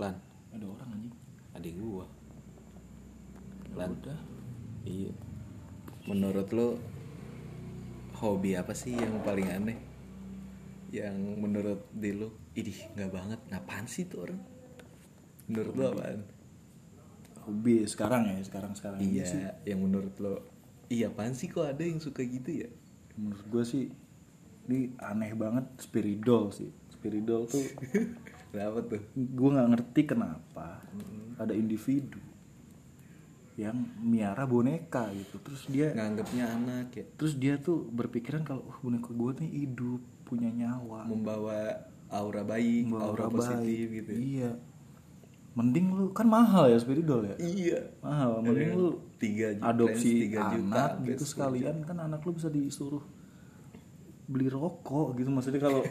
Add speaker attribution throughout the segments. Speaker 1: Lan,
Speaker 2: ada orang anjing
Speaker 1: adik gua.
Speaker 2: Ya
Speaker 1: Lan.
Speaker 2: udah
Speaker 1: Iya. Menurut lo hobi apa sih yang paling aneh? Yang menurut di lo, idih nggak banget, ngapain sih tuh orang? Menurut lo apaan?
Speaker 2: hobi sekarang ya sekarang sekarang ini sih
Speaker 1: Iya, yang menurut lo, iya apaan sih kok ada yang suka gitu ya?
Speaker 2: menurut gue sih ini aneh banget spiridol sih spiridol tuh
Speaker 1: Kenapa Nah, tuh?
Speaker 2: gue nggak ngerti kenapa ada individu yang miara boneka gitu terus dia
Speaker 1: Nganggapnya anak ya,
Speaker 2: terus dia tuh berpikiran kalau "Wah, boneka gue nih hidup punya nyawa
Speaker 1: membawa aura baik,
Speaker 2: Ah. membawa
Speaker 1: aura,
Speaker 2: baik."
Speaker 1: positif gitu. ya.
Speaker 2: iya mending lu kan mahal ya spiridol ya
Speaker 1: Iya.
Speaker 2: mahal mending lu
Speaker 1: Tiga ju- trans
Speaker 2: adopsi
Speaker 1: tiga juta
Speaker 2: anak
Speaker 1: sampai
Speaker 2: gitu
Speaker 1: sepuluh
Speaker 2: sekalian kan anak lu bisa disuruh beli rokok gitu maksudnya kalau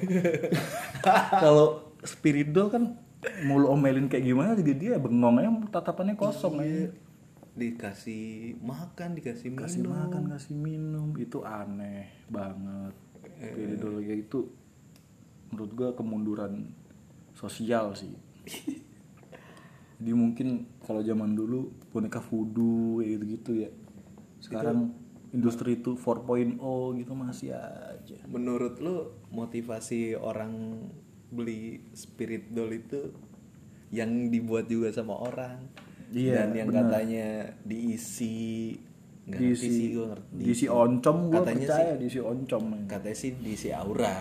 Speaker 2: kalau spiridol kan mau lu omelin kayak gimana jadi dia bengongnya tatapannya
Speaker 1: Iya.
Speaker 2: kosong aja
Speaker 1: Dikasih makan, dikasih minum.
Speaker 2: kasih makan kasih minum itu aneh banget spiridol kayak itu menurut gua kemunduran sosial sih jadi mungkin kalau zaman dulu boneka voodoo kayak gitu gitu ya sekarang industri itu 4.0 gitu masih aja
Speaker 1: Menurut lu motivasi orang beli spirit doll itu yang dibuat juga sama orang
Speaker 2: Iya,
Speaker 1: dan yang
Speaker 2: benar.
Speaker 1: katanya diisi nggak ngerti sih
Speaker 2: diisi
Speaker 1: gue ngerti
Speaker 2: diisi oncom gua
Speaker 1: Katanya
Speaker 2: percaya diisi oncom
Speaker 1: katanya sih diisi aura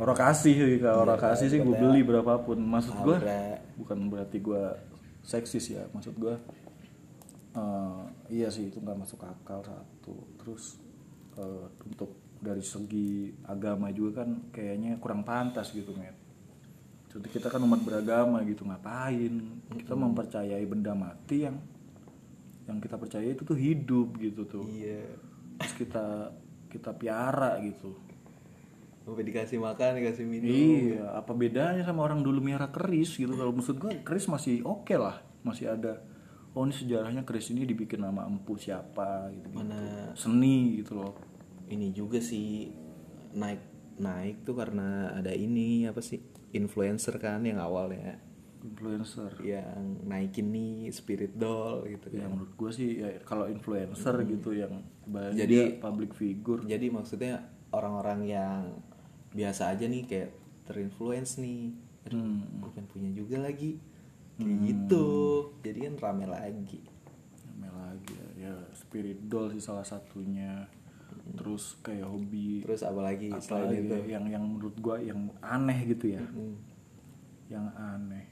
Speaker 2: orang kasih sih kalau orang kasih sih gue beli berapapun maksud gue
Speaker 1: Aura.
Speaker 2: bukan berarti gue seksis ya maksud gue eh, iya sih itu nggak masuk akal satu terus eh, untuk dari segi agama juga kan kayaknya kurang pantas gitu met jadi kita kan umat beragama gitu ngapain kita mempercayai benda mati yang yang kita percaya itu tuh hidup gitu tuh
Speaker 1: iya
Speaker 2: terus kita kita piara gitu
Speaker 1: sampai dikasih makan dikasih minum
Speaker 2: Iya, apa bedanya sama orang dulu miara keris gitu? Kalau maksud gue keris masih oke lah, masih ada. Oh ini sejarahnya keris ini dibikin nama empu siapa gitu,
Speaker 1: mana
Speaker 2: seni gitu loh.
Speaker 1: ini juga sih naik naik tuh karena ada ini apa sih influencer kan yang awalnya
Speaker 2: Influencer.
Speaker 1: yang naikin nih spirit doll gitu
Speaker 2: Ya
Speaker 1: kan.
Speaker 2: menurut gue sih ya, kalau influencer gitu yang jadi
Speaker 1: Hmm. Jadi-
Speaker 2: public figure.
Speaker 1: Jadi maksudnya orang-orang yang biasa aja nih kayak terinfluence nih. Aduh,
Speaker 2: hmm,
Speaker 1: gue pengen punya juga lagi. Kayak gitu. Jadi kan rame lagi.
Speaker 2: Namanya lagi ya, ya spirit doll sih salah satunya. Terus kayak hobi
Speaker 1: Terus apalagi Hmm.
Speaker 2: apa
Speaker 1: Iya, selain
Speaker 2: lagi
Speaker 1: itu?
Speaker 2: ya, yang yang menurut gue yang aneh gitu ya,
Speaker 1: Hmm.
Speaker 2: yang aneh.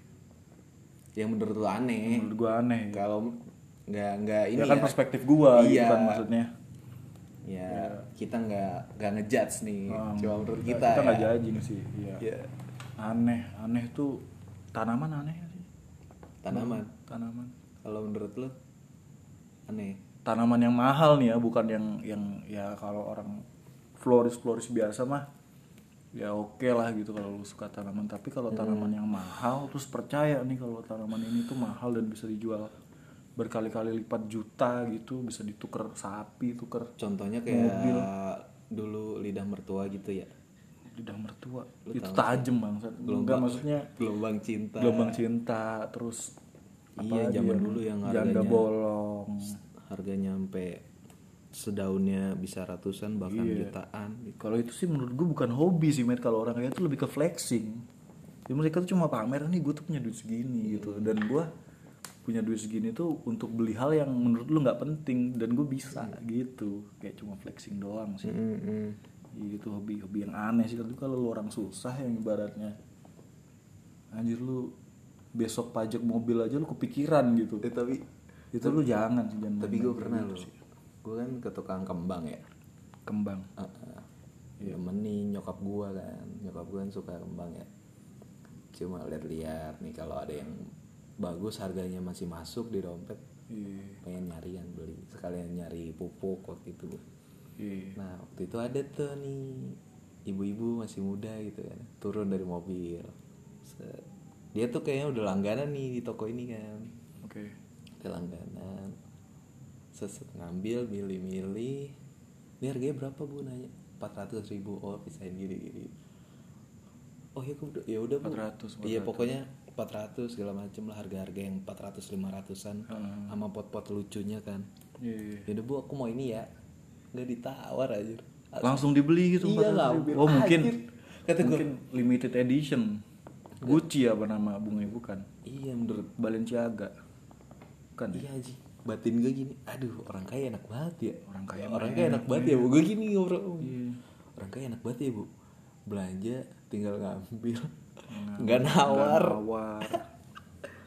Speaker 1: Yang menurut lu aneh.
Speaker 2: Menurut gue aneh. ya.
Speaker 1: Kalau nggak nggak ini
Speaker 2: ya kan
Speaker 1: ya,
Speaker 2: perspektif gua gitu
Speaker 1: Iya.
Speaker 2: kan maksudnya
Speaker 1: ya, kita nggak nggak ngejudge nih.
Speaker 2: Um,
Speaker 1: Cuma menurut kita,
Speaker 2: kita nggak
Speaker 1: ya.
Speaker 2: judging sih iya.
Speaker 1: Iya.
Speaker 2: aneh aneh tuh tanaman aneh nggak sih
Speaker 1: Tanaman.
Speaker 2: tanaman
Speaker 1: Kalau menurut lu aneh.
Speaker 2: tanaman yang mahal nih ya bukan yang yang ya kalau orang floris floris biasa mah ya oke lah gitu kalau lu suka tanaman tapi kalau
Speaker 1: Hmm.
Speaker 2: tanaman yang mahal terus percaya nih kalau tanaman ini tuh mahal dan bisa dijual berkali-kali lipat juta gitu bisa dituker sapi tuker
Speaker 1: Contohnya kayak dulu lidah mertua gitu ya.
Speaker 2: lidah mertua itu tajem bangsat enggak maksudnya
Speaker 1: Gelombang cinta.
Speaker 2: gelombang cinta terus
Speaker 1: Iya,
Speaker 2: lagi
Speaker 1: zaman dulu yang
Speaker 2: janda
Speaker 1: harganya-
Speaker 2: bolong
Speaker 1: harganya sampai sedaunnya bisa ratusan bahkan jutaan gitu.
Speaker 2: kalau itu sih menurut gue bukan hobi sih met kalau orang kayak itu lebih ke flexing jadi mereka tuh cuma pamer nih gue tuh punya duit
Speaker 1: Iya.
Speaker 2: segini gitu dan gue punya duit segini tuh untuk beli hal yang menurut lu nggak penting dan gue bisa
Speaker 1: Iya.
Speaker 2: gitu kayak cuma flexing doang sih Iya, itu hobi hobi yang aneh sih tapi kalau lu orang susah yang ibaratnya anjir lu besok pajak mobil aja lu kepikiran gitu
Speaker 1: Eh, tapi
Speaker 2: itu lu jangan sih jangan
Speaker 1: tapi
Speaker 2: main-main
Speaker 1: gue pernah
Speaker 2: gitu
Speaker 1: loh. Gue kan ke tukang kembang ya.
Speaker 2: kembang
Speaker 1: Heeh. Nemenin nyokap gue kan. Nyokap gue kan suka kembang ya. Cuma lihat-lihat nih kalau ada yang bagus harganya masih masuk di dompet
Speaker 2: iya
Speaker 1: pengen nyari yang beli sekalian nyari pupuk waktu itu gua.
Speaker 2: iya
Speaker 1: Nah waktu itu ada tuh nih ibu-ibu masih muda gitu kan turun dari mobil. Set. Dia tuh kayaknya udah langganan nih di toko ini kan,
Speaker 2: oke
Speaker 1: udah langganan. Seset ngambil milih-milih. Ini harganya berapa bu? Nanya 400 ribu. Oh pisahin gini-gini. Oh ya udah ya udah bu.
Speaker 2: 400,
Speaker 1: Iya pokoknya 400 segala macem lah harga-harga yang 400 500-an sama pot-pot lucunya kan.
Speaker 2: Iya.
Speaker 1: Jadi bu aku mau ini ya. Nggak ditawar aja.
Speaker 2: Langsung dibeli gitu.
Speaker 1: Iya
Speaker 2: 400
Speaker 1: lah,
Speaker 2: ribu.
Speaker 1: biar
Speaker 2: Oh mungkin
Speaker 1: anjir. Kata gua.
Speaker 2: mungkin limited edition. Gucci apa nama bunganya bukan?
Speaker 1: Iya menurut
Speaker 2: Balenciaga. Bukan. ya?
Speaker 1: Iya Ji Batin gue gini Aduh orang kaya enak banget ya
Speaker 2: Orang kaya Iya.
Speaker 1: Orang kaya enak banget ya bu Gue gini ngobrol Orang kaya enak banget ya bu Belanja tinggal ngambil Nggak nawar
Speaker 2: Nah, Nawar.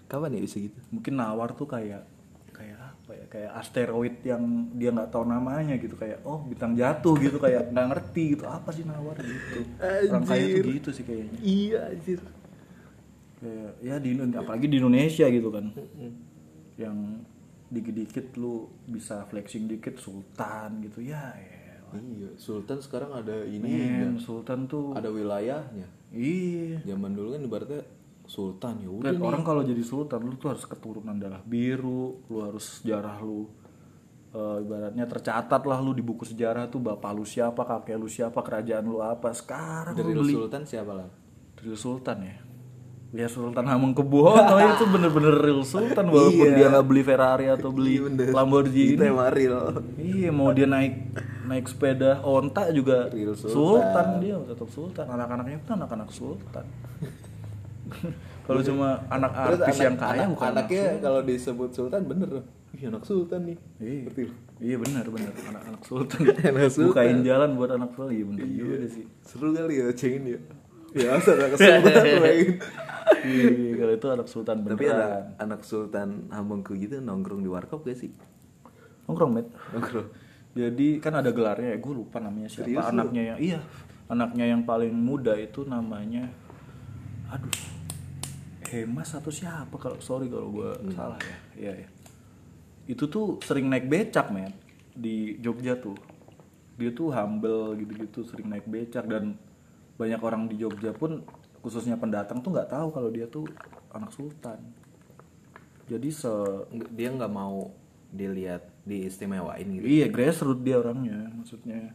Speaker 1: Kapan ya bisa gitu
Speaker 2: mungkin nawar tuh kayak kayak apa ya kayak asteroid yang dia nggak tahu namanya gitu kayak oh bintang jatuh gitu kayak nggak ngerti gitu apa sih nawar gitu orang kaya tuh gitu sih kayaknya
Speaker 1: Iya anjir
Speaker 2: kayak ya di Indo- apalagi di Indonesia gitu kan yang dikit-dikit lu bisa flexing dikit sultan gitu ya elah.
Speaker 1: Iya Sultan sekarang ada ini
Speaker 2: men sultan tuh
Speaker 1: Ada wilayahnya
Speaker 2: iya
Speaker 1: Zaman dulu kan ibaratnya Sultan ya udah
Speaker 2: Lihat, orang kalau jadi sultan lu tuh harus keturunan darah biru, lu harus sejarah lu eh, ibaratnya tercatat lah lu di buku sejarah tuh bapak lu siapa, kakek lu siapa, kerajaan lu apa. Sekarang
Speaker 1: Dari
Speaker 2: lu beli
Speaker 1: Sultan siapa lah
Speaker 2: real sultan ya. Ya Sultan Hamengkubuwono itu bener-bener real sultan walaupun
Speaker 1: Iya.
Speaker 2: dia nggak beli Ferrari atau beli Lamborghini.
Speaker 1: Maril
Speaker 2: Iya mau dia naik naik sepeda onta juga
Speaker 1: Real
Speaker 2: sultan. dia tetap sultan anak-anaknya pun anak-anak sultan kalau cuma anak artis yang kaya bukan anak,
Speaker 1: Anaknya kalau disebut Sultan bener Iya anak Sultan nih
Speaker 2: Iya.
Speaker 1: Ngerti lu?
Speaker 2: iya benar benar anak-anak sultan
Speaker 1: Anak sultan.
Speaker 2: bukain jalan buat anak sultan iya benar juga sih
Speaker 1: Seru kali ya cengin ya. Ya masa anak sultan main. Ah.
Speaker 2: iya iya, kalau itu anak sultan beneran
Speaker 1: Tapi anak anak sultan Hamengku gitu nongkrong di warkop gak sih?
Speaker 2: nongkrong met
Speaker 1: Nongkrong.
Speaker 2: jadi kan ada gelarnya ya gue lupa namanya siapa anaknya yang iya anaknya yang paling muda itu namanya aduh Hemas atau siapa kalau sorry kalau gue salah ya iya ya itu tuh sering naik becak men di Jogja tuh dia tuh humble gitu-gitu sering naik becak dan banyak orang di Jogja pun khususnya pendatang tuh nggak tahu kalau dia tuh anak sultan jadi se
Speaker 1: Nggak- Dia nggak mau dilihat diistimewain gitu.
Speaker 2: Iya grassroots dia orangnya maksudnya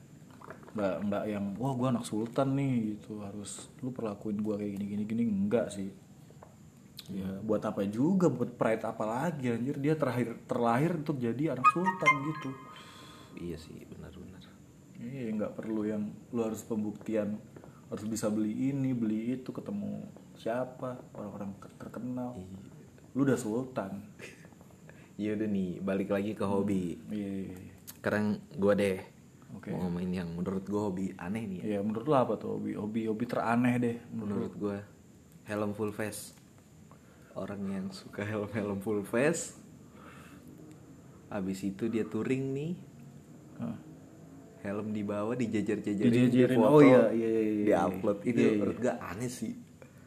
Speaker 2: mbak mbak yang wah gue anak sultan nih gitu harus lu perlakuin gue kayak gini gini gini enggak sih ya buat apa juga buat pride apa lagi anjir dia terakhir terlahir untuk jadi anak sultan gitu
Speaker 1: Iya sih benar-benar.
Speaker 2: iya nggak perlu yang lu harus pembuktian harus bisa beli ini beli itu ketemu siapa orang-orang ke- terkenal lu udah sultan
Speaker 1: Iya udah nih balik lagi ke hobi.
Speaker 2: iya
Speaker 1: Sekarang gua deh
Speaker 2: Oke.
Speaker 1: mau ngomongin yang menurut gua hobi aneh nih. ya.
Speaker 2: iya menurut lu apa tuh hobi hobi hobi teraneh deh
Speaker 1: Menurut gua helm full face. Orang yang suka helm-helm full face. Habis itu dia touring nih
Speaker 2: Hah.
Speaker 1: helm dibawa dijajar-jajarin
Speaker 2: Dijajarin,
Speaker 1: difoto,
Speaker 2: oh iya, iya, iya, iya,
Speaker 1: diupload
Speaker 2: iya,
Speaker 1: itu
Speaker 2: iya,
Speaker 1: menurut gue aneh sih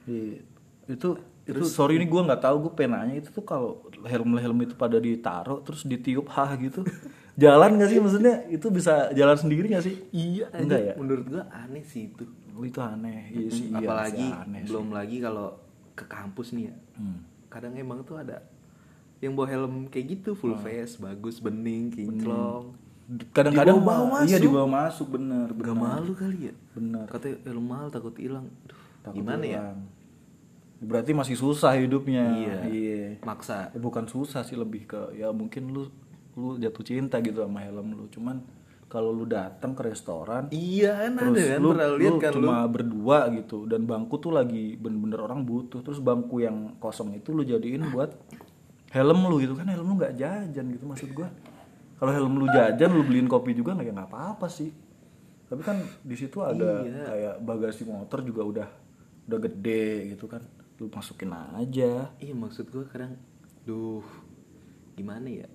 Speaker 2: Iya. Itu itu sorry ini gue nggak tahu gue penanya itu tuh kalau helm-helm itu pada ditaruh terus ditiup hah gitu. jalan gak sih maksudnya? Itu bisa jalan sendiri gak sih? Iya. Enggak ya?
Speaker 1: menurut gue aneh sih itu
Speaker 2: Oh, itu aneh. Iya sih, iya
Speaker 1: apalagi
Speaker 2: sih, aneh. sih.
Speaker 1: belum lagi kalau ke kampus nih ya
Speaker 2: Hmm.
Speaker 1: kadang emang tuh ada yang bawa helm kayak gitu full face bagus bening kinclong
Speaker 2: Kadang-kadang
Speaker 1: Dibawa
Speaker 2: ma-
Speaker 1: masuk.
Speaker 2: Iya dibawa masuk bener.
Speaker 1: gak
Speaker 2: bener.
Speaker 1: malu kali ya
Speaker 2: Bener.
Speaker 1: katanya helm mahal takut hilang Aduh,
Speaker 2: Nah, Takut
Speaker 1: gimana ya
Speaker 2: hilang. Berarti masih susah hidupnya.
Speaker 1: Iya.
Speaker 2: Iya.
Speaker 1: maksa
Speaker 2: Ya, bukan susah sih lebih ke ya mungkin lu lu jatuh cinta gitu sama helm lu cuman kalau lu datang ke restoran
Speaker 1: iya kan ada
Speaker 2: terus
Speaker 1: kan
Speaker 2: lu,
Speaker 1: pernah
Speaker 2: lu
Speaker 1: lihat kan lu
Speaker 2: cuma berdua gitu dan bangku tuh lagi bener-bener orang butuh terus bangku yang kosong itu lu jadiin buat helm lu gitu kan helm lu nggak jajan gitu maksud gua kalau helm lu jajan lu beliin kopi juga nggak ya nggak apa-apa sih tapi kan di situ ada
Speaker 1: Iya.
Speaker 2: kayak bagasi motor juga udah udah gede gitu kan lu masukin aja
Speaker 1: Iya maksud gue kadang, duh gimana ya?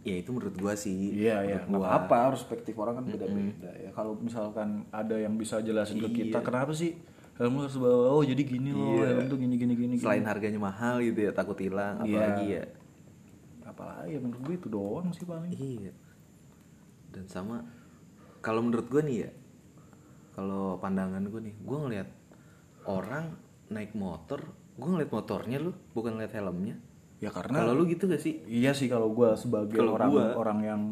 Speaker 1: Ya itu menurut gue sih.
Speaker 2: Iya iya nggak apa-apa perspektif orang kan beda-beda ya. Kalau misalkan ada yang bisa jelasin ke
Speaker 1: Iya.
Speaker 2: kita kenapa sih helm lu harus bawa oh jadi gini loh helm tuh gini gini gini. Iya.
Speaker 1: Selain harganya mahal gitu ya takut hilang, apalagi ya.
Speaker 2: Apalagi ya menurut gue itu doang sih paling.
Speaker 1: Iya. Dan sama kalau menurut gue nih ya, kalau pandangan gue nih, gue ngelihat orang naik motor, gue ngeliat motornya lu, bukan ngeliat helmnya.
Speaker 2: Ya karena
Speaker 1: Kalau lu gitu gak sih?
Speaker 2: iya sih kalau gue sebagai
Speaker 1: Kalau
Speaker 2: orang
Speaker 1: gua-
Speaker 2: orang yang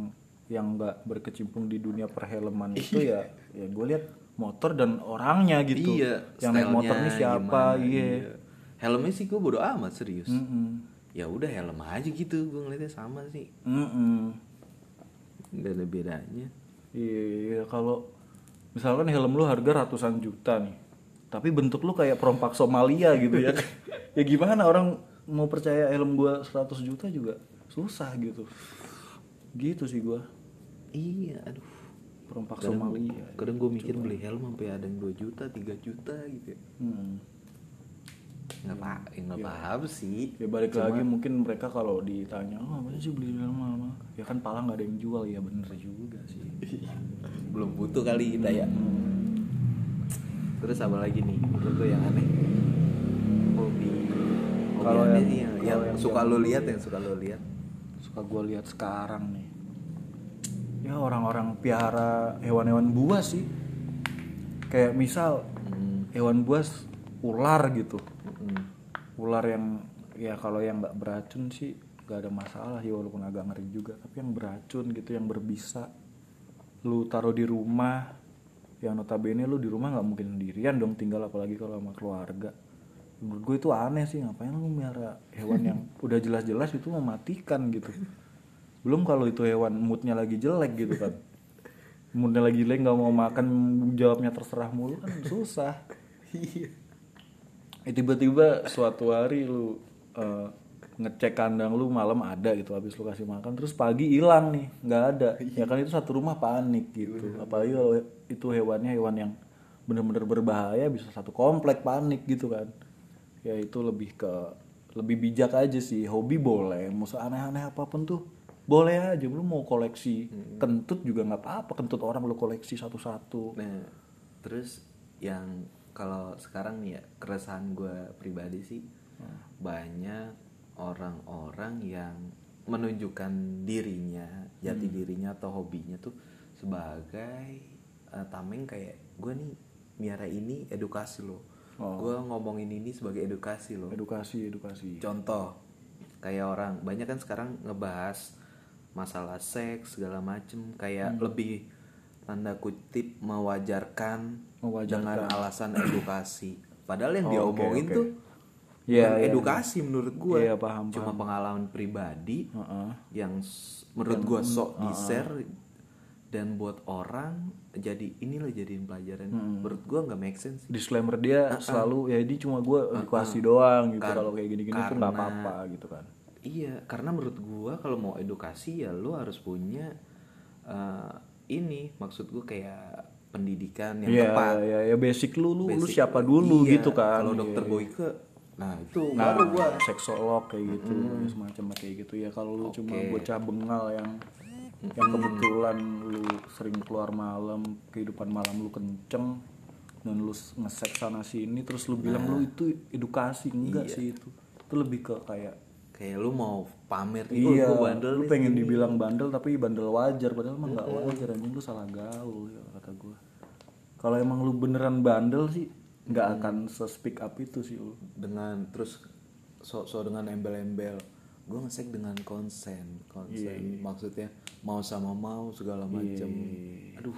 Speaker 2: yang nggak berkecimpung di dunia perhelman itu ya ya gue lihat motor dan orangnya gitu.
Speaker 1: Iya,
Speaker 2: yang naik
Speaker 1: stylenya
Speaker 2: motor nih siapa?
Speaker 1: gimana,
Speaker 2: Iya. Hmm.
Speaker 1: iya. helmnya sih gue bodo amat serius
Speaker 2: Mm-mm.
Speaker 1: ya udah helm aja gitu gue ngeliatnya sama sih
Speaker 2: Mm-mm.
Speaker 1: nggak ada bedanya
Speaker 2: Iya, kalau misalkan helm lu harga ratusan juta nih, tapi bentuk lu kayak perompak Somalia gitu ya. ya gimana orang mau percaya helm gua 100 juta juga susah gitu. Gitu sih gua.
Speaker 1: iya aduh
Speaker 2: Perompak
Speaker 1: kadang,
Speaker 2: Somalia.
Speaker 1: kadang gue mikir beli helm sampai ada yang 2 juta 3 juta gitu ya
Speaker 2: Hmm.
Speaker 1: nggak paham ya
Speaker 2: Iya.
Speaker 1: nggak paham sih
Speaker 2: Ya balik lagi mungkin mereka kalau ditanya, "Oh, apa sih beli helm mahal-mahal?" Ya kan pala nggak ada yang jual ya bener juga sih.
Speaker 1: belum butuh kali kita ya terus apa lagi nih menurut lo yang aneh hobi hobi
Speaker 2: Kalau
Speaker 1: aneh
Speaker 2: yang-
Speaker 1: sih yang,
Speaker 2: kalau
Speaker 1: yang
Speaker 2: yang
Speaker 1: suka
Speaker 2: zaman
Speaker 1: lo
Speaker 2: dulu
Speaker 1: lihat
Speaker 2: ya.
Speaker 1: yang suka lo lihat
Speaker 2: suka gue lihat sekarang nih ya orang-orang piara hewan-hewan buas sih kayak misal hewan buas ular gitu
Speaker 1: Mm-mm.
Speaker 2: ular yang ya kalau yang nggak beracun sih nggak ada masalah ya walaupun agak ngeri juga tapi yang beracun gitu yang berbisa lu taruh di rumah yang notabene lu di rumah nggak mungkin sendirian dong tinggal apalagi kalau sama keluarga menurut gue itu aneh sih ngapain lu melihara hewan yang udah jelas-jelas itu mematikan gitu belum kalau itu hewan moodnya lagi jelek gitu kan moodnya lagi jelek nggak mau makan jawabnya terserah mulu kan susah Eh, tiba-tiba suatu hari lu eh, ngecek kandang lu malam ada gitu habis lu kasih makan terus pagi hilang nih nggak ada ya kan itu satu rumah panik gitu apalagi kalau itu hewannya hewan yang bener-bener berbahaya bisa satu komplek panik gitu kan ya itu lebih ke lebih bijak aja sih hobi boleh mau aneh-aneh apapun tuh boleh aja lu mau koleksi kentut juga nggak apa-apa kentut orang lu koleksi satu-satu
Speaker 1: Nah, terus yang kalau sekarang nih ya keresahan gue pribadi sih banyak orang-orang yang menunjukkan dirinya, jati dirinya atau hobinya tuh sebagai eh, tameng kayak gue nih miara ini edukasi loh. Gue ngomongin ini sebagai edukasi loh.
Speaker 2: edukasi edukasi
Speaker 1: Contoh kayak orang banyak kan sekarang ngebahas masalah seks segala macem kayak
Speaker 2: Hmm.
Speaker 1: lebih tanda kutip mewajarkan,
Speaker 2: Mewajarkan.
Speaker 1: dengan alasan edukasi. Padahal yang
Speaker 2: Oh,
Speaker 1: dia
Speaker 2: oke,
Speaker 1: omongin
Speaker 2: oke.
Speaker 1: tuh
Speaker 2: Iya,
Speaker 1: bukan
Speaker 2: iya,
Speaker 1: edukasi menurut gue.
Speaker 2: Iya, paham,
Speaker 1: Cuma pengalaman pribadi
Speaker 2: Heeh.
Speaker 1: yang s- menurut gue sok di share dan buat orang jadi inilah jadiin pelajaran.
Speaker 2: Hmm.
Speaker 1: Menurut gue nggak make sense. sih.
Speaker 2: disclaimer dia selalu ya ini cuma gue edukasi doang gitu kalau kayak gini-gini tuh nggak apa-apa gitu kan
Speaker 1: Iya, karena menurut gua kalau mau edukasi ya lu harus punya eh, ini, maksud gua kayak pendidikan yang
Speaker 2: Iya,
Speaker 1: tepat.
Speaker 2: ya, ya basic lu lu, lu
Speaker 1: Basic.
Speaker 2: siapa dulu
Speaker 1: Iya,
Speaker 2: gitu kan
Speaker 1: Kalau
Speaker 2: Iya,
Speaker 1: dokter
Speaker 2: iya.
Speaker 1: Boyke, nah itu
Speaker 2: nah
Speaker 1: baru gua.
Speaker 2: seksolog kayak gitu ya, semacam kayak gitu ya kalau lu cuma
Speaker 1: Oke.
Speaker 2: bocah bengal yang yang kebetulan lu sering keluar malam kehidupan malam lu kenceng dan lu s- ngesek sana sini terus lu bilang
Speaker 1: Nah.
Speaker 2: lu itu edukasi
Speaker 1: Iya.
Speaker 2: enggak sih itu itu lebih ke kayak
Speaker 1: Kayak lu mau pamer nih, oh,
Speaker 2: Iya,
Speaker 1: gua bandel
Speaker 2: lu
Speaker 1: nih.
Speaker 2: pengen dibilang bandel tapi bandel wajar padahal emang nggak wajar anjing lu salah gaul ya kata gua. Kalau emang lu beneran bandel sih nggak akan se-speak up itu sih lu.
Speaker 1: dengan terus so, so dengan embel-embel. Gua ngesek dengan konsen,
Speaker 2: Iya,
Speaker 1: konsen. Maksudnya mau sama mau segala macam. Aduh,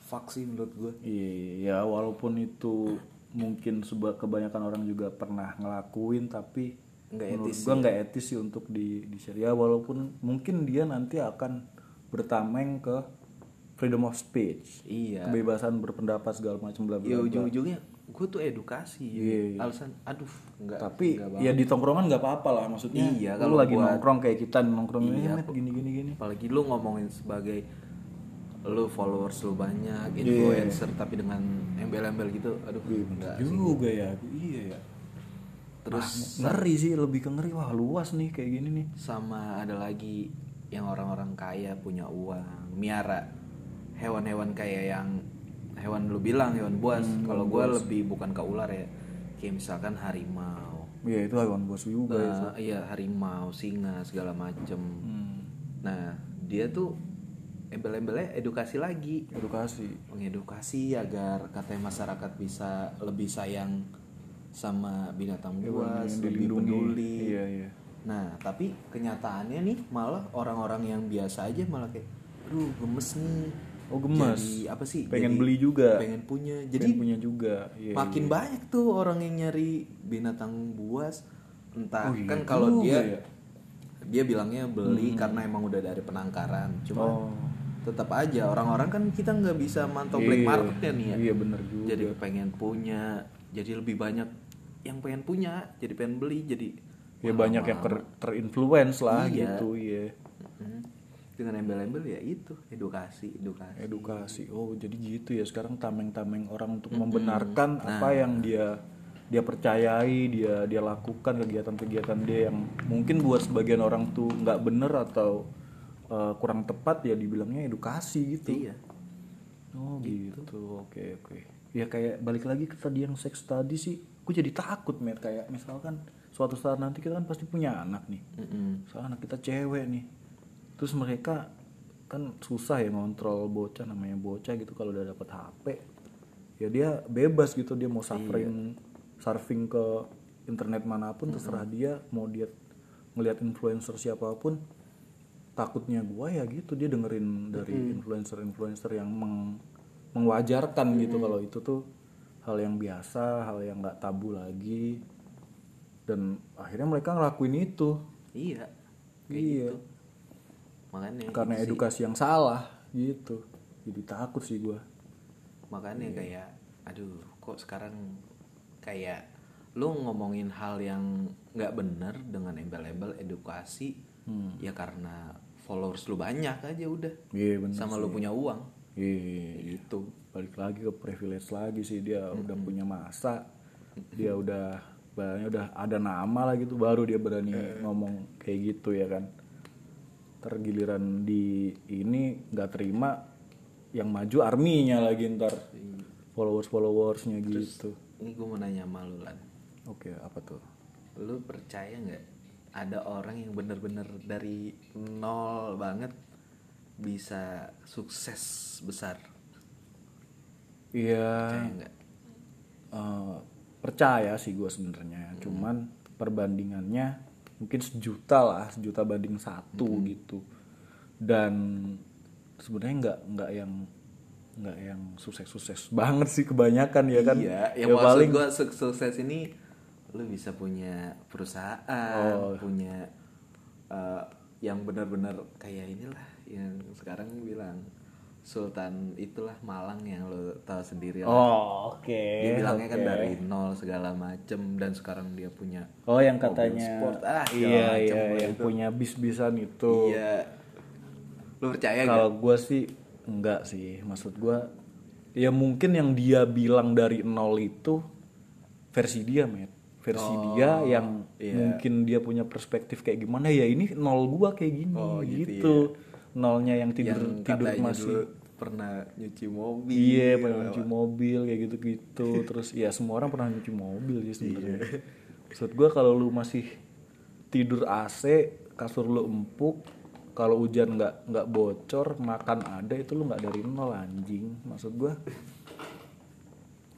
Speaker 1: fuck sih menurut gua.
Speaker 2: Iya, walaupun itu mungkin sebuah kebanyakan orang juga pernah ngelakuin tapi
Speaker 1: Nggak
Speaker 2: menurut gua nggak etis sih untuk di di share. Ya walaupun mungkin dia nanti akan bertameng ke freedom of speech,
Speaker 1: Iya.
Speaker 2: kebebasan berpendapat segala macam bla bla.
Speaker 1: ya ujung-ujungnya gue tuh edukasi
Speaker 2: Iya, iya.
Speaker 1: alasan aduh nggak
Speaker 2: tapi ya di tongkrongan nggak apa-apa lah maksudnya
Speaker 1: Iya,
Speaker 2: lu
Speaker 1: kalau Iya,
Speaker 2: lagi
Speaker 1: buat-
Speaker 2: nongkrong kayak kita nongkrongnya "Eh, Matt, gini gini gini
Speaker 1: apalagi lu ngomongin sebagai lu followers lu banyak influencer tapi dengan embel-embel gitu aduh nggak
Speaker 2: juga ya iya ya
Speaker 1: terus
Speaker 2: ngeri sih lebih ke ngeri wah luas nih kayak gini nih
Speaker 1: sama ada lagi yang orang-orang kaya punya uang miara hewan-hewan kayak yang hewan lu bilang hewan buas kalau gue lebih bukan ke ular ya kayak misalkan harimau
Speaker 2: iya itu hewan bos juga ya
Speaker 1: Nah, iya harimau singa segala macem
Speaker 2: Hmm.
Speaker 1: Nah, dia tuh embel-embelnya edukasi lagi.
Speaker 2: edukasi
Speaker 1: Mengedukasi agar katanya masyarakat bisa lebih sayang sama binatang buas, lebih peduli.
Speaker 2: iya iya
Speaker 1: Nah, tapi kenyataannya nih malah orang-orang yang biasa aja malah kayak, aduh gemes nih
Speaker 2: Oh, gemes.
Speaker 1: Jadi, apa sih? Jadi,
Speaker 2: Pengen beli juga.
Speaker 1: Pengen punya. Jadi
Speaker 2: jadi punya juga Iya,
Speaker 1: makin
Speaker 2: iya.
Speaker 1: banyak tuh orang yang nyari binatang buas. Entah
Speaker 2: Oh, iya
Speaker 1: kan kalau
Speaker 2: juga
Speaker 1: dia
Speaker 2: ya. Hmm.
Speaker 1: dia bilangnya beli karena emang udah dari penangkaran. Cuma
Speaker 2: Oh.
Speaker 1: tetap aja orang-orang kan kita nggak bisa mantau black
Speaker 2: Iya.
Speaker 1: marketnya nih ya.
Speaker 2: Iya bener juga.
Speaker 1: Jadi pengen punya. Jadi lebih banyak yang pengen punya. Jadi pengen beli. Jadi
Speaker 2: ya banyak yang ter- terinfluence lah
Speaker 1: Iya.
Speaker 2: gitu ya.
Speaker 1: Mm. dengan embel-embel ya itu edukasi edukasi
Speaker 2: Edukasi. Oh, jadi gitu ya sekarang tameng-tameng orang untuk membenarkan apa yang dia dia percayai, dia dia lakukan kegiatan-kegiatan dia yang mungkin buat sebagian orang tuh nggak bener atau eh, kurang tepat ya dibilangnya edukasi gitu.
Speaker 1: iya
Speaker 2: Oh gitu, oke oke. Ya kayak balik lagi ke tadi yang seks tadi sih, gue jadi takut met kayak misalkan suatu saat nanti kita kan pasti punya anak nih,
Speaker 1: Mm-mm.
Speaker 2: misalkan anak kita cewek nih, terus mereka kan susah ya ngontrol bocah namanya bocah gitu kalau udah dapet HP, ya dia bebas gitu dia mau surfing surfing ke internet manapun terserah dia mau dia ngelihat influencer siapapun takutnya gua ya gitu dia dengerin dari influencer-influencer yang meng- mengwajarkan gitu kalau itu tuh hal yang biasa hal yang nggak tabu lagi dan akhirnya mereka ngelakuin itu
Speaker 1: iya kayak
Speaker 2: Iya.
Speaker 1: gitu makanya
Speaker 2: karena
Speaker 1: itu sih.
Speaker 2: edukasi yang salah gitu jadi takut sih gua
Speaker 1: makanya kayak aduh kok sekarang kayak lu ngomongin hal yang nggak bener dengan embel-embel edukasi ya karena followers lu banyak aja udah
Speaker 2: iya bener
Speaker 1: sama lu punya uang
Speaker 2: iya
Speaker 1: itu
Speaker 2: balik lagi ke privilege lagi sih dia udah punya masa dia udah banyak udah ada nama lah gitu baru dia berani ngomong kayak gitu ya kan tergiliran di ini nggak terima yang maju arminya lagi ntar followers followersnya gitu
Speaker 1: ini gue mau nanya sama lu lan
Speaker 2: oke apa tuh
Speaker 1: lu percaya nggak ada orang yang bener-bener dari nol banget bisa sukses besar
Speaker 2: iya
Speaker 1: percaya nggak
Speaker 2: eh, percaya sih gue sebenarnya
Speaker 1: Hmm.
Speaker 2: cuman perbandingannya mungkin sejuta lah sejuta banding satu
Speaker 1: Hmm.
Speaker 2: gitu dan sebenarnya nggak nggak yang nggak yang sukses-sukses banget sih kebanyakan ya kan
Speaker 1: iya yang
Speaker 2: ya
Speaker 1: maksud
Speaker 2: paling
Speaker 1: gua suk- sukses ini lu bisa punya perusahaan
Speaker 2: Oh.
Speaker 1: punya eh, yang benar-benar kayak inilah yang sekarang bilang Sultan itulah Malang yang lo tahu sendiri lah.
Speaker 2: oh oke
Speaker 1: dia bilangnya kan
Speaker 2: oke.
Speaker 1: dari nol segala macem dan sekarang dia punya
Speaker 2: oh yang
Speaker 1: mobil
Speaker 2: katanya
Speaker 1: sport, ah, segala
Speaker 2: iya
Speaker 1: macam
Speaker 2: iya
Speaker 1: lah
Speaker 2: yang punya bis-bisan itu
Speaker 1: Iya. Lu percaya gak?
Speaker 2: Kalau gue sih enggak sih, maksud gue ya mungkin yang dia bilang dari nol itu versi dia, met versi
Speaker 1: Oh,
Speaker 2: dia yang
Speaker 1: iya.
Speaker 2: mungkin dia punya perspektif kayak gimana ya ini nol gua kayak gini
Speaker 1: Oh,
Speaker 2: gitu,
Speaker 1: gitu
Speaker 2: nolnya yang tidur
Speaker 1: yang
Speaker 2: tidur
Speaker 1: katanya
Speaker 2: masih
Speaker 1: dulu pernah nyuci mobil.
Speaker 2: Iya, pernah nyuci mobil kayak gitu-gitu. Terus ya semua orang pernah nyuci mobil sih sebenarnya. Maksud gua kalau lu masih tidur AC, kasur lu empuk, kalau hujan nggak nggak bocor, makan ada itu lu nggak dari nol anjing. Maksud gua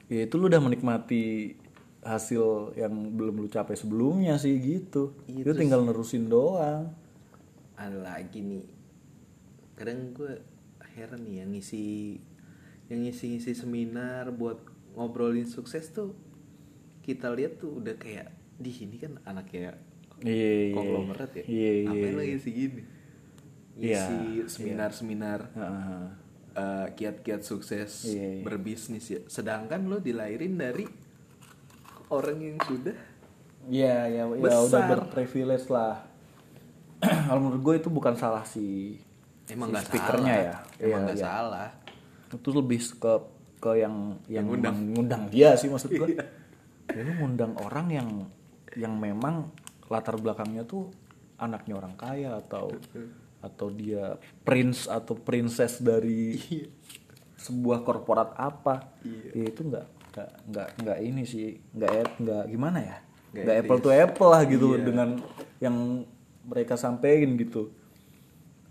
Speaker 2: ya itu lu udah menikmati hasil yang belum lu capai sebelumnya sih gitu.
Speaker 1: Iya,
Speaker 2: Lu tinggal nerusin doang.
Speaker 1: Ada lagi nih. Kadang gue heran nih yang ngisi yang ngisi-ngisi seminar buat ngobrolin sukses tuh kita lihat tuh udah kayak di sini kan anaknya
Speaker 2: Iya, iya.
Speaker 1: konglomerat ya.
Speaker 2: Iya, iya,
Speaker 1: Ngapain
Speaker 2: iya.
Speaker 1: lagi sih gini?
Speaker 2: Iya,
Speaker 1: Ngisi seminar-seminar
Speaker 2: Ah. Heeh.
Speaker 1: eh, kiat-kiat sukses
Speaker 2: Iya, iya.
Speaker 1: berbisnis ya. Sedangkan lo dilahirin dari orang yang sudah
Speaker 2: Iya, ya, ya udah
Speaker 1: Besar.
Speaker 2: berprivilege lah. Kalau menurut gue itu bukan salah si
Speaker 1: emang
Speaker 2: si
Speaker 1: nggak
Speaker 2: speakernya
Speaker 1: salah.
Speaker 2: ya.
Speaker 1: Emang
Speaker 2: Iya,
Speaker 1: nggak
Speaker 2: iya.
Speaker 1: salah.
Speaker 2: Itu lebih ke ke yang yang
Speaker 1: ngundang. Iya.
Speaker 2: ngundang dia sih maksud gue. Ya, lu ngundang orang yang yang memang latar belakangnya tuh anaknya orang kaya atau atau dia prince atau princess dari
Speaker 1: Iya.
Speaker 2: sebuah korporat apa. Ya, itu nggak nggak nggak nggak ini sih nggak ep- nggak gimana ya
Speaker 1: Nggak Iya.
Speaker 2: nggak apple to apple lah gitu dengan yang mereka sampein gitu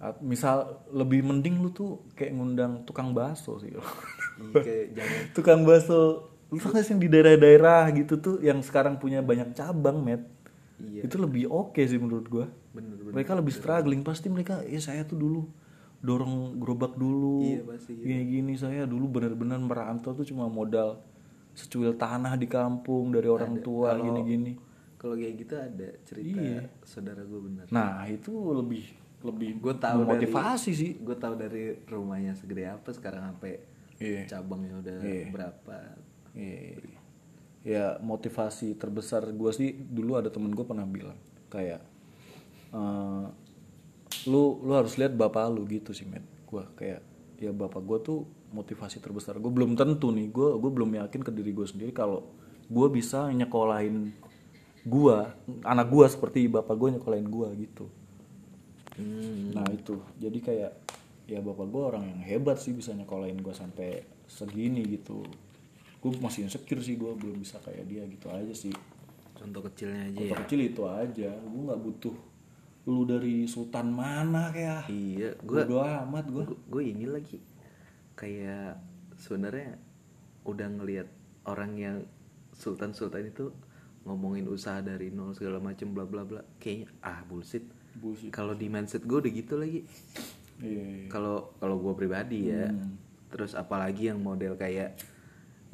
Speaker 2: At- misal lebih mending lu tuh kayak ngundang tukang bakso sih
Speaker 1: Iya, kayak jangan
Speaker 2: tukang bakso lu tau gak sih yang di daerah-daerah gitu tuh yang sekarang punya banyak cabang met
Speaker 1: Iya.
Speaker 2: itu lebih oke sih menurut gua
Speaker 1: bener.
Speaker 2: mereka lebih struggling pasti mereka ya saya "Eh, tuh dulu dorong gerobak dulu
Speaker 1: Iya, pasti gitu.
Speaker 2: gini-gini saya dulu bener-bener merantau tuh cuma modal secuil tanah di kampung dari orang tua
Speaker 1: Kalau-
Speaker 2: gini-gini
Speaker 1: Kalau kayak gitu ada cerita
Speaker 2: Iya.
Speaker 1: saudara gue bener.
Speaker 2: nah itu lebih lebih
Speaker 1: Gue tahu
Speaker 2: memotivasi
Speaker 1: dari,
Speaker 2: sih
Speaker 1: Gue tahu dari rumahnya segede apa sekarang sampai
Speaker 2: Iya.
Speaker 1: cabangnya udah
Speaker 2: Iya.
Speaker 1: berapa.
Speaker 2: Iya. Ya motivasi terbesar gue sih dulu ada temen gue pernah bilang kayak eh, lu lu harus lihat bapak lu gitu sih men gue kayak ya bapak gue tuh motivasi terbesar gue belum tentu nih gue gue belum yakin ke diri gue sendiri kalau gue bisa nyekolahin gue anak gue seperti bapak gue nyekolahin gue gitu Nah itu, jadi kayak ya bapak gue orang yang hebat sih bisa nyekolahin gue sampai segini gitu. Gue masih insecure sih gue belum bisa kayak dia gitu aja sih.
Speaker 1: Contoh kecilnya aja
Speaker 2: Kota
Speaker 1: ya.
Speaker 2: kecil itu aja, gue nggak butuh lu dari sultan mana kayak.
Speaker 1: Iya, gue
Speaker 2: Gue amat gue.
Speaker 1: gue ini lagi kayak sebenarnya udah ngelihat orang yang sultan sultan itu ngomongin usaha dari nol segala macem bla bla bla kayaknya ah bullshit
Speaker 2: Bullshit.
Speaker 1: kalau di mindset gue udah gitu lagi
Speaker 2: Iya, iya.
Speaker 1: kalau kalau gue pribadi ya
Speaker 2: Hmm.
Speaker 1: terus apalagi yang model kayak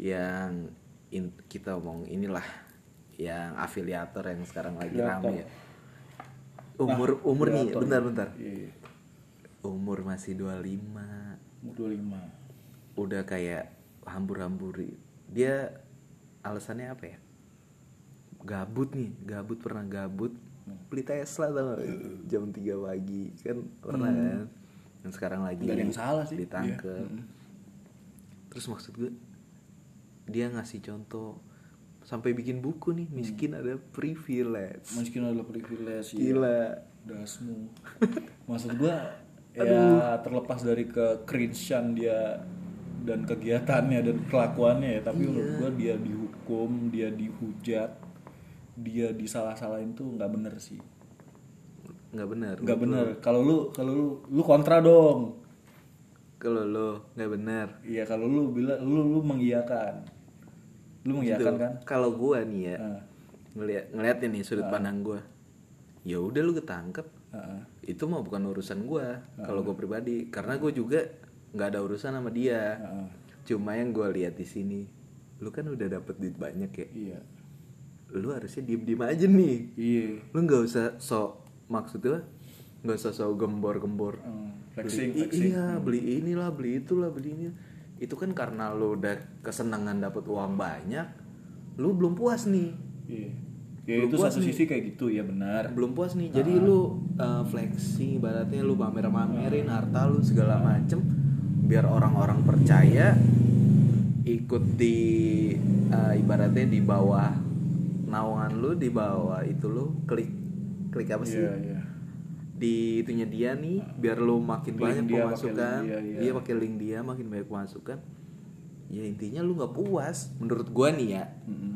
Speaker 1: yang in- kita omong inilah yang afiliator yang sekarang lagi rame ya
Speaker 2: Ah,
Speaker 1: umur umur nih bentar bentar
Speaker 2: Iya.
Speaker 1: umur masih 25
Speaker 2: Umur 25.
Speaker 1: udah kayak hambur-hamburi dia alasannya apa ya gabut nih gabut pernah gabut beli Tesla tau nggak?
Speaker 2: Hmm.
Speaker 1: jam 3 pagi kan pernah kan dan sekarang lagi
Speaker 2: Nggak ada yang salah sih. Iya.
Speaker 1: ditangkep Iya, terus maksud gue dia ngasih contoh sampai bikin buku
Speaker 2: Hmm.
Speaker 1: nih miskin ada privilege
Speaker 2: Mungkin adalah privilege. iya.
Speaker 1: gila
Speaker 2: dasmu maksud gua ya terlepas dari ke cringe-an dia dan kegiatannya dan kelakuannya ya tapi menurut gua dia dihukum dia dihujat dia disalah-salahin tuh nggak bener sih
Speaker 1: nggak benar
Speaker 2: nggak bener kalau lu kalau lu lu kontra dong
Speaker 1: kalau lo nggak benar
Speaker 2: iya kalau lu bilang lu lu mengiyakan lu mengiyakan kan
Speaker 1: kalau gue nih ya
Speaker 2: Heeh.
Speaker 1: ngeliat ngeliatin nih
Speaker 2: Ah.
Speaker 1: sudut pandang gue ya udah lu ketangkep
Speaker 2: Heeh.
Speaker 1: itu mah bukan urusan gue
Speaker 2: Ah.
Speaker 1: kalau gue pribadi karena gue juga nggak ada urusan sama dia
Speaker 2: Heeh.
Speaker 1: cuma yang gue lihat di sini lu kan udah dapet duit banyak ya
Speaker 2: iya
Speaker 1: lu harusnya diem diem aja nih
Speaker 2: iya
Speaker 1: lu nggak usah sok maksudnya nggak usah sok gembor gembor
Speaker 2: Hmm,
Speaker 1: Beli-
Speaker 2: flexing
Speaker 1: i-
Speaker 2: flexing Hmm.
Speaker 1: Iya, beli inilah, beli itulah, beli ini. Itu kan karena lo udah kesenangan dapat uang banyak, lo belum puas nih.
Speaker 2: iya ya itu satu sisi kayak gitu ya benar
Speaker 1: Belum puas nih. Jadi lo uh, flexing ibaratnya lo pamer-pamerin harta lo segala macem biar orang-orang percaya ikut di uh, ibaratnya di bawah naungan lo di bawah itu lo klik klik apa sih?
Speaker 2: iya iya
Speaker 1: di itunya dia nih biar lo makin banyak
Speaker 2: dia,
Speaker 1: pemasukan
Speaker 2: pakai link dia, iya.
Speaker 1: dia pakai link dia makin banyak pemasukan ya intinya lu nggak puas menurut gua nih ya
Speaker 2: Mm-mm.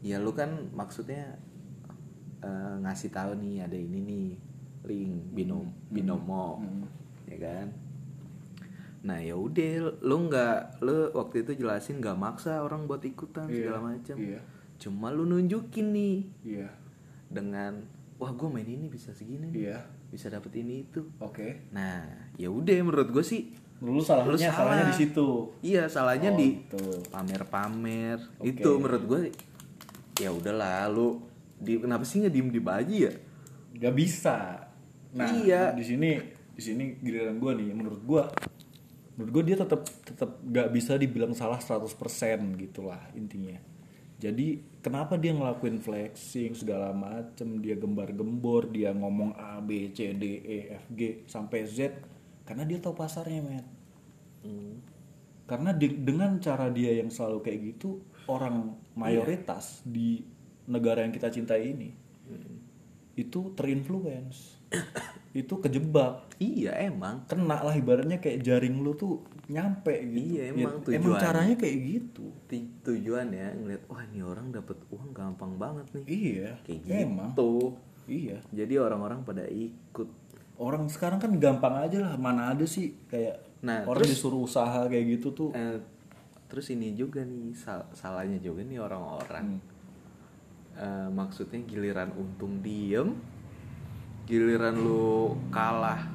Speaker 1: ya lu kan maksudnya eh, ngasih tahu nih ada ini nih link binom
Speaker 2: Hmm.
Speaker 1: binomo ya kan nah ya udah lu nggak lu waktu itu jelasin nggak maksa orang buat ikutan
Speaker 2: Iya,
Speaker 1: segala macam
Speaker 2: iya.
Speaker 1: cuma lu nunjukin nih
Speaker 2: Iya,
Speaker 1: dengan wah gua main ini bisa segini nih,
Speaker 2: iya,
Speaker 1: bisa dapet ini itu
Speaker 2: oke.
Speaker 1: Nah, ya udah menurut gue sih.
Speaker 2: Lu
Speaker 1: Lu
Speaker 2: salahnya,
Speaker 1: salah.
Speaker 2: salahnya di situ.
Speaker 1: Iya, salahnya di
Speaker 2: Tuh.
Speaker 1: pamer-pamer.
Speaker 2: Oke.
Speaker 1: Itu menurut gue ya udahlah lu di kenapa sih nggak diem di baju ya?
Speaker 2: Gak bisa. Nah,
Speaker 1: Iya.
Speaker 2: di sini di sini giliran gue nih menurut gue menurut gue dia tetap tetap gak bisa dibilang salah 100% gitulah intinya. Jadi kenapa dia ngelakuin flexing segala macem dia gembar-gembor dia ngomong A B C D E F G sampai Z karena dia tahu pasarnya met. karena de- dengan cara dia yang selalu kayak gitu orang mayoritas di negara yang kita cintai ini itu terinfluence itu kejebak
Speaker 1: Iya emang.
Speaker 2: kena lah ibaratnya kayak jaring lu tuh nyampe gitu
Speaker 1: Iya, emang
Speaker 2: emang
Speaker 1: tujuannya.
Speaker 2: caranya kayak gitu
Speaker 1: Ti- Tujuannya ngeliat wah ini orang dapat uang gampang banget nih.
Speaker 2: iya
Speaker 1: Kayak
Speaker 2: emang
Speaker 1: gitu.
Speaker 2: iya
Speaker 1: Jadi orang-orang pada ikut.
Speaker 2: orang sekarang kan gampang aja lah mana ada sih kayak
Speaker 1: Nah,
Speaker 2: orang disuruh usaha kayak gitu tuh
Speaker 1: Eh, terus ini juga nih sal- salahnya juga nih orang-orang.
Speaker 2: Hmm.
Speaker 1: Eh, maksudnya giliran untung diem, giliran lu kalah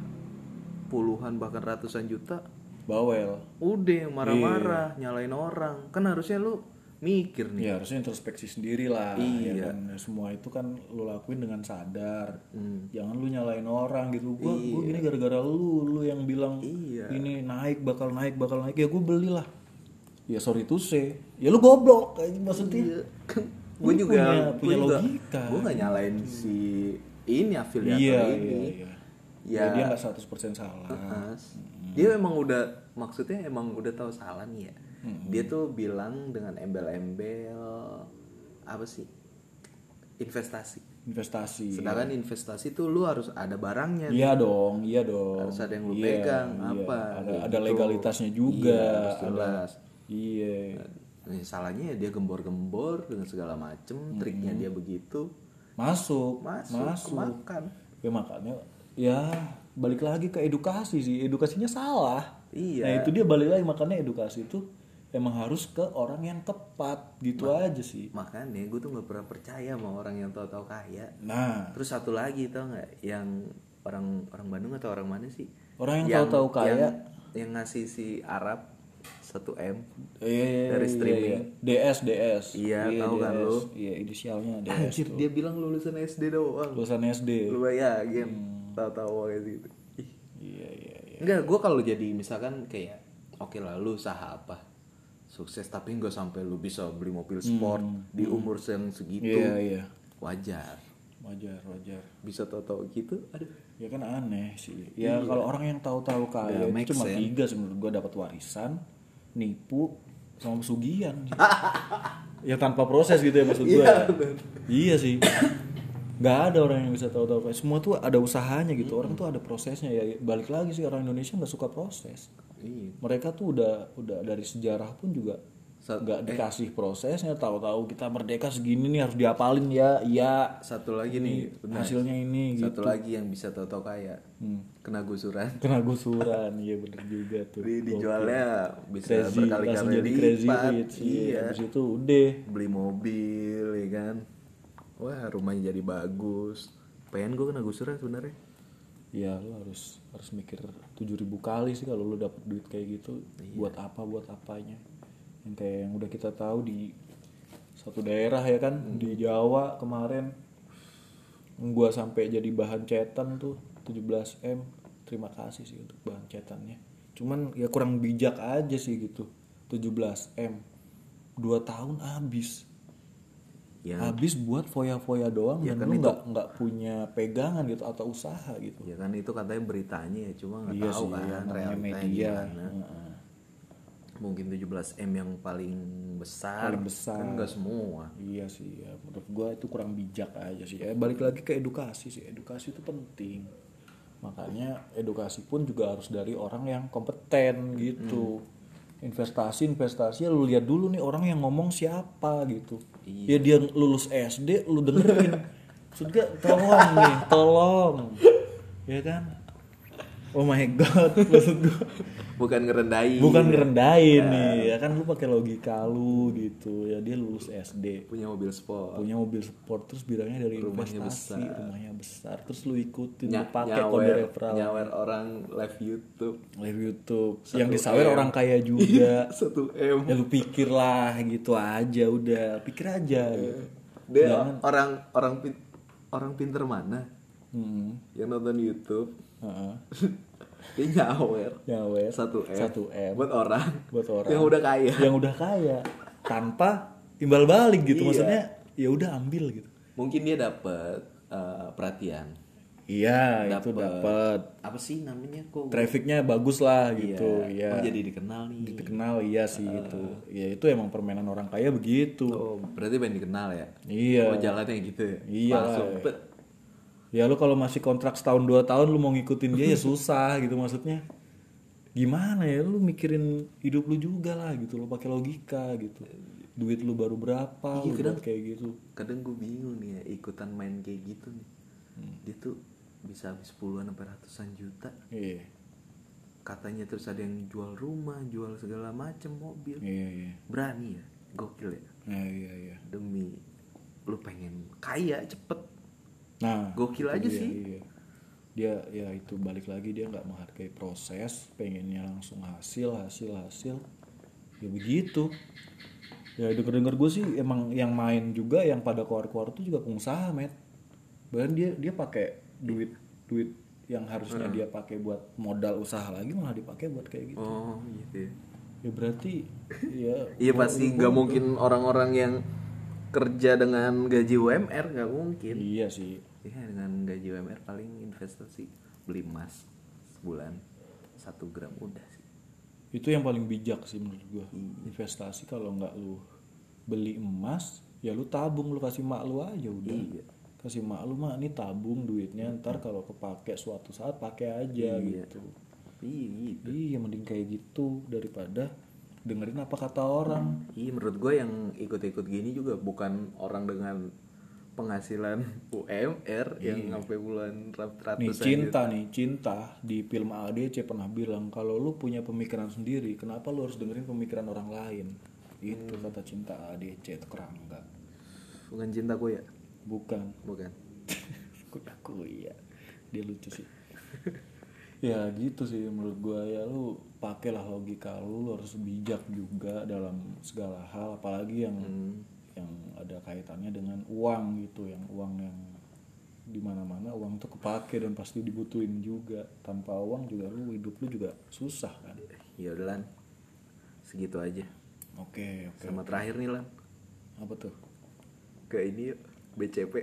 Speaker 1: puluhan bahkan ratusan juta
Speaker 2: bawel
Speaker 1: udah yang
Speaker 2: Iya.
Speaker 1: marah-marah nyalain orang kan harusnya lu mikir nih
Speaker 2: ya harusnya introspeksi sendiri lah ya
Speaker 1: Hmm. Iya.
Speaker 2: kan? semua itu kan lu lakuin dengan sadar
Speaker 1: Hmm.
Speaker 2: jangan lu nyalain orang gitu gua gua gini gara-gara lu lu yang bilang
Speaker 1: Iya.
Speaker 2: ini naik bakal naik bakal naik ya gua belilah ya sorry to say ya lu goblok kayak
Speaker 1: Iya.
Speaker 2: maksudnya
Speaker 1: gue
Speaker 2: Kan Lu punya-
Speaker 1: juga
Speaker 2: punya logika.
Speaker 1: gue gak nyalain si ini afiliator
Speaker 2: iya
Speaker 1: ini
Speaker 2: iya iya ya, dia nggak 100% salah
Speaker 1: Mas.
Speaker 2: Mm-hmm.
Speaker 1: Dia emang udah maksudnya emang udah tahu salah nih ya.
Speaker 2: Mm-hmm.
Speaker 1: Dia tuh bilang dengan embel-embel apa sih? Investasi.
Speaker 2: investasi
Speaker 1: Sedangkan investasi tuh lu harus ada barangnya.
Speaker 2: Iya dong, iya dong.
Speaker 1: Harus ada yang lu
Speaker 2: Iya,
Speaker 1: pegang,
Speaker 2: iya.
Speaker 1: apa,
Speaker 2: Ada,
Speaker 1: kayak
Speaker 2: ada
Speaker 1: gitu.
Speaker 2: legalitasnya juga.
Speaker 1: Iya, harus
Speaker 2: ada-
Speaker 1: jelas.
Speaker 2: Iya.
Speaker 1: Nah, salahnya ya dia gembor-gembor dengan segala macem, triknya dia begitu.
Speaker 2: Mm-hmm. Masuk,
Speaker 1: Masuk, kemakan.
Speaker 2: Ya makanya ya balik lagi ke edukasi sih. Edukasinya salah.
Speaker 1: Iya.
Speaker 2: Nah, itu dia balik lagi makanya edukasi itu emang harus ke orang yang tepat gitu aja sih.
Speaker 1: Makanya gue tuh nggak pernah percaya sama orang yang tahu-tahu kaya.
Speaker 2: Nah,
Speaker 1: Terus satu lagi tau nggak yang orang orang Bandung atau orang mana sih?
Speaker 2: Orang yang tahu-tahu kaya.
Speaker 1: yang, yang ngasih si Arab 1 m.
Speaker 2: eh,
Speaker 1: Dari streaming.
Speaker 2: DS DS.
Speaker 1: Iya, tahu kan
Speaker 2: DS.
Speaker 1: lu?
Speaker 2: Iya, inisialnya DS.
Speaker 1: Anjir dia bilang lulusan SD doang.
Speaker 2: Lulusan SD.
Speaker 1: Lu bayangin tahu-tahu kayak gitu. Ih.
Speaker 2: Hmm. Iya, iya, iya.
Speaker 1: Enggak, gue kalau jadi misalkan kayak oke lah lu usaha apa sukses tapi nggak sampai lu bisa beli mobil sport di umur yang segitu
Speaker 2: Hmm. Iya, iya.
Speaker 1: wajar
Speaker 2: Wajar, wajar.
Speaker 1: bisa tahu-tahu gitu aduh
Speaker 2: Ya kan aneh sih. Ya kalau orang yang tahu-tahu
Speaker 1: Nggak Iya.
Speaker 2: kaya itu
Speaker 1: Ya, make
Speaker 2: cuma
Speaker 1: sense.
Speaker 2: tiga sih menurut gua dapat warisan, nipu, sama pesugihan. sih. ya tanpa proses gitu ya maksud gua.
Speaker 1: Iya,
Speaker 2: ya. iya sih. Nggak ada orang yang bisa tahu-tahu kaya. Semua tuh ada usahanya gitu. Orang tuh ada prosesnya ya. Balik lagi sih orang Indonesia nggak suka proses.
Speaker 1: iya
Speaker 2: Mereka tuh udah udah dari sejarah pun juga
Speaker 1: Sa- eh.
Speaker 2: nggak dikasih prosesnya. Tahu-tahu kita merdeka segini nih harus diapalin ya. Iya.
Speaker 1: satu lagi nih bentar.
Speaker 2: Hasilnya ini gitu. Hmm.
Speaker 1: satu lagi yang bisa tahu-tahu kaya kena gusuran
Speaker 2: kena gusuran iya bener juga tuh
Speaker 1: Jadi dijualnya bisa
Speaker 2: crazy langsung
Speaker 1: berkali-kali
Speaker 2: jadi crazy
Speaker 1: lipat
Speaker 2: rich iya
Speaker 1: iya
Speaker 2: habis itu udah
Speaker 1: beli mobil ya kan wah rumahnya jadi bagus pengen gue kena gusuran sebenarnya
Speaker 2: ya lu harus harus mikir 7000 kali sih kalau lu dapet duit kayak gitu
Speaker 1: Iya.
Speaker 2: buat apa buat apanya yang kayak yang udah kita tahu di satu daerah ya kan di
Speaker 1: Hmm.
Speaker 2: Jawa kemarin gua sampai jadi bahan cetan tuh 17 m terima kasih sih untuk bahan cetannya cuman ya kurang bijak aja sih gitu 17 m dua tahun habis
Speaker 1: ya
Speaker 2: habis buat foya-foya doang
Speaker 1: Ya
Speaker 2: dan
Speaker 1: kan
Speaker 2: lu
Speaker 1: itu-
Speaker 2: nggak nggak punya pegangan gitu atau usaha gitu
Speaker 1: ya kan itu katanya beritanya ya cuma nggak tahu kan
Speaker 2: namanya
Speaker 1: realitanya
Speaker 2: Iya media
Speaker 1: gimana
Speaker 2: Heeh.
Speaker 1: mungkin 17 m yang paling besar
Speaker 2: Paling besar.
Speaker 1: kan nggak semua
Speaker 2: iya sih ya menurut gua itu kurang bijak aja sih ya balik lagi ke edukasi sih edukasi itu penting makanya edukasi pun juga harus dari orang yang kompeten gitu investasi investasi ya lu lihat dulu nih orang yang ngomong siapa gitu ya dia lulus SD lu dengerin maksud gua, tolong nih tolong ya kan oh my god maksud gua
Speaker 1: bukan ngerendahin
Speaker 2: bukan ngerendahin
Speaker 1: Iya.
Speaker 2: nih ya kan lu pakai logika lu gitu ya dia lulus SD
Speaker 1: punya mobil sport
Speaker 2: punya mobil sport terus bilangnya dari
Speaker 1: Rumahnya
Speaker 2: investasi
Speaker 1: besar.
Speaker 2: rumahnya besar terus lu ikutin lu
Speaker 1: Nya-
Speaker 2: pakai kode
Speaker 1: nyawer,
Speaker 2: referral
Speaker 1: nyawer orang live YouTube
Speaker 2: live YouTube yang disawer orang kaya juga
Speaker 1: satu m
Speaker 2: ya lu pikir lah gitu aja udah pikir aja
Speaker 1: Iya.
Speaker 2: gitu.
Speaker 1: dia orang orang pin- orang pinter mana
Speaker 2: Mm-mm.
Speaker 1: yang nonton YouTube
Speaker 2: Hmm, Heeh.
Speaker 1: dia nyawer
Speaker 2: nyawer
Speaker 1: satu m
Speaker 2: satu M
Speaker 1: buat orang
Speaker 2: buat orang
Speaker 1: yang udah kaya
Speaker 2: yang udah kaya tanpa imbal balik
Speaker 1: Iya.
Speaker 2: gitu maksudnya ya udah ambil gitu
Speaker 1: mungkin dia dapat eh, perhatian
Speaker 2: Iya itu
Speaker 1: Dapet.
Speaker 2: dapat.
Speaker 1: apa sih namanya kok
Speaker 2: Trafficnya bagus lah gitu.
Speaker 1: Iya. Oh,
Speaker 2: Iya.
Speaker 1: jadi dikenal nih
Speaker 2: Dikenal iya sih itu. Ya itu emang permainan orang kaya begitu.
Speaker 1: oh berarti pengen dikenal ya
Speaker 2: Iya.
Speaker 1: oh jalannya gitu ya
Speaker 2: Iya.
Speaker 1: langsung pet.
Speaker 2: Ya lu kalau masih kontrak setahun dua tahun lu mau ngikutin dia ya susah gitu maksudnya. Gimana ya lu mikirin hidup lu juga lah gitu lu pakai logika gitu. Duit lu baru berapa lu buat kayak gitu.
Speaker 1: kadang gue bingung nih ya ikutan main kayak gitu nih
Speaker 2: Hmm.
Speaker 1: dia tuh bisa habis puluhan sampai ratusan juta
Speaker 2: Iya.
Speaker 1: katanya terus ada yang jual rumah jual segala macem mobil
Speaker 2: Iya iya.
Speaker 1: berani ya gokil ya
Speaker 2: Nah, iya iya.
Speaker 1: demi lu pengen kaya cepet
Speaker 2: Nah,
Speaker 1: gokil aja sih
Speaker 2: iya. dia ya itu balik lagi dia nggak menghargai proses pengennya langsung hasil hasil hasil ya begitu ya denger denger gue sih emang yang main juga yang pada keluar keluar tuh juga pengusaha met bahkan dia dia pakai duit duit yang harusnya
Speaker 1: Hmm.
Speaker 2: dia pakai buat modal usaha lagi malah dipakai buat kayak gitu
Speaker 1: oh gitu ya
Speaker 2: ya berarti ya
Speaker 1: iya pasti nggak mungkin orang-orang yang kerja dengan gaji UMR nggak mungkin
Speaker 2: iya sih
Speaker 1: Iya dengan gaji UMR paling investasi beli emas sebulan satu gram udah sih.
Speaker 2: itu yang paling bijak sih menurut gua investasi kalau nggak lu beli emas ya lu tabung lu kasih mak lu aja udah kasih mak lu mak ini tabung duitnya ntar kalau kepake suatu saat pakai aja gitu
Speaker 1: Iya.
Speaker 2: iya mending kayak gitu daripada dengerin apa kata orang
Speaker 1: Iya menurut gue yang ikut-ikut gini juga bukan orang dengan penghasilan UMR yang sampai bulan rat- ratusan
Speaker 2: Nih cinta nih cinta di film ADC pernah bilang kalau lu punya pemikiran sendiri, kenapa lu harus dengerin pemikiran orang lain? Itu kata cinta ADC itu kerangka.
Speaker 1: gitu. Bukan cinta gue ya,
Speaker 2: Bukan.
Speaker 1: bukan.
Speaker 2: Aku iya. Dia lucu sih. ya gitu sih menurut gua ya lu pakailah logika lu, lu harus bijak juga dalam segala hal apalagi yang yang ada kaitannya dengan uang gitu, yang uang yang di mana-mana uang tuh kepake dan pasti dibutuhin juga. Tanpa uang juga lu hidup lu juga susah kan.
Speaker 1: Ya udah Lan. segitu aja.
Speaker 2: Oke, oke.
Speaker 1: Sama terakhir nih lan,
Speaker 2: Apa tuh?
Speaker 1: ke ini yuk BCP.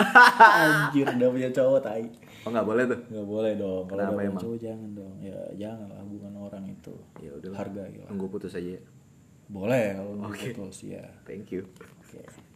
Speaker 2: Anjir, udah punya cowok tai.
Speaker 1: Oh nggak boleh tuh.
Speaker 2: nggak boleh dong kalau
Speaker 1: Kenapa
Speaker 2: udah punya
Speaker 1: emang?
Speaker 2: cowok jangan dong ya jangan lah hubungan orang itu
Speaker 1: Ya udah.
Speaker 2: hargai lah
Speaker 1: Tunggu putus aja. ya.
Speaker 2: boleh kalau okay. putus ya
Speaker 1: Thank you.
Speaker 2: Oke.